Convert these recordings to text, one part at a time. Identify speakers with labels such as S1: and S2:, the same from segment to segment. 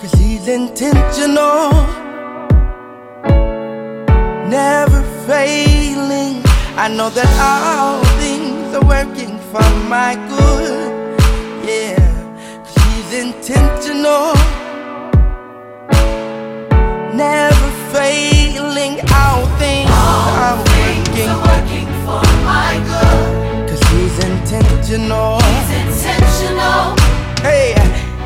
S1: Cause he's intentional, never failing. I know that all things are working for my good. Yeah, cause he's intentional, never failing. All things are working.
S2: working for my good.
S1: Cause he's intentional,
S2: He's intentional,
S1: hey,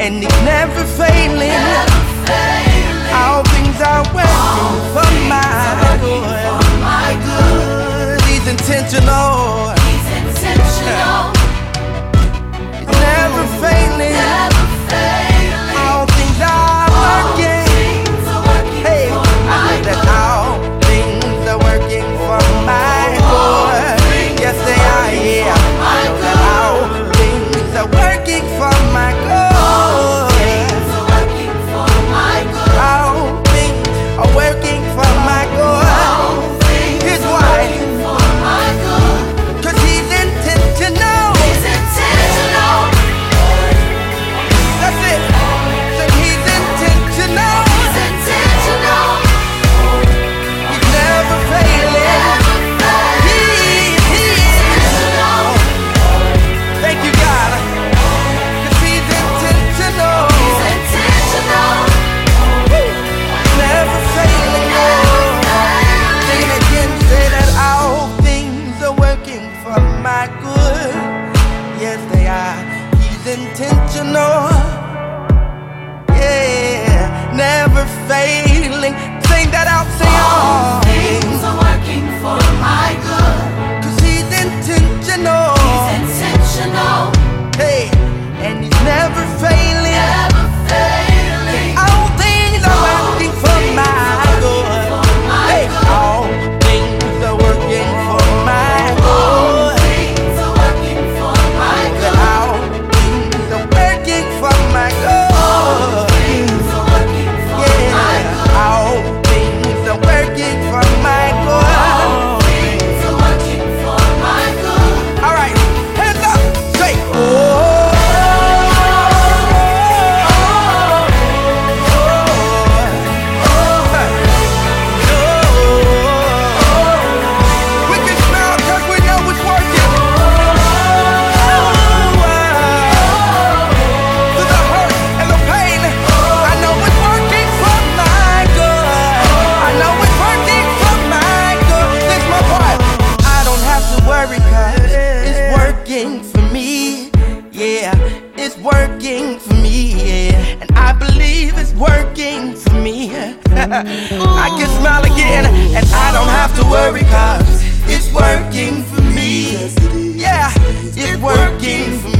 S1: and he's never failing.
S2: never failing.
S1: All things are working for my
S2: for
S1: good.
S2: my good.
S1: He's intentional,
S2: He's intentional,
S1: he's never failing.
S2: never failing.
S1: All things are working.
S2: Things are working
S1: Hey,
S2: for
S1: I
S2: my
S1: know that
S2: good.
S1: all things are working for my good. Yes, they are. Yeah, I know that all things are working for my good.
S2: Things are working for my good.
S1: All things are working for my good.
S2: All things
S1: Here's
S2: are
S1: why.
S2: working for my good.
S1: Cause he's intentional.
S2: He's intentional,
S1: That's it. So he's intentional.
S2: he's intentional,
S1: He's never failing.
S2: never failing.
S1: He, he
S2: Intentional,
S1: Thank you, God. Cause he's intentional.
S2: he's intentional,
S1: Never failing.
S2: failing.
S1: Sing it again. Say that all things are working for my good. Yes, they are. He's intentional. Yeah. Never failing. Sing that out. Sing all
S2: Things are working for my good.
S1: Cause he's intentional.
S2: He's intentional,
S1: Hey, and he's never failing.
S2: never failing.
S1: All things are working for my good. Hey, all things are working for my
S2: All
S1: good.
S2: things are working for my
S1: That
S2: good.
S1: all things are working for my good.
S2: Things are working for my good.
S1: Yeah, all things are working for my
S2: All
S1: good.
S2: things are working for my good.
S1: All right, hands up, say, oh. We can smile 'cause we know it's working. Through the hurt and the pain, I know it's working for my good. I know it's working for my good. This my part. I don't have to worry 'cause it's working for me. Yeah, it's working for me. Yeah, and I believe it's working for me. I can smile again, and I don't have to worry 'cause it's working for me. Yeah, it's working for me.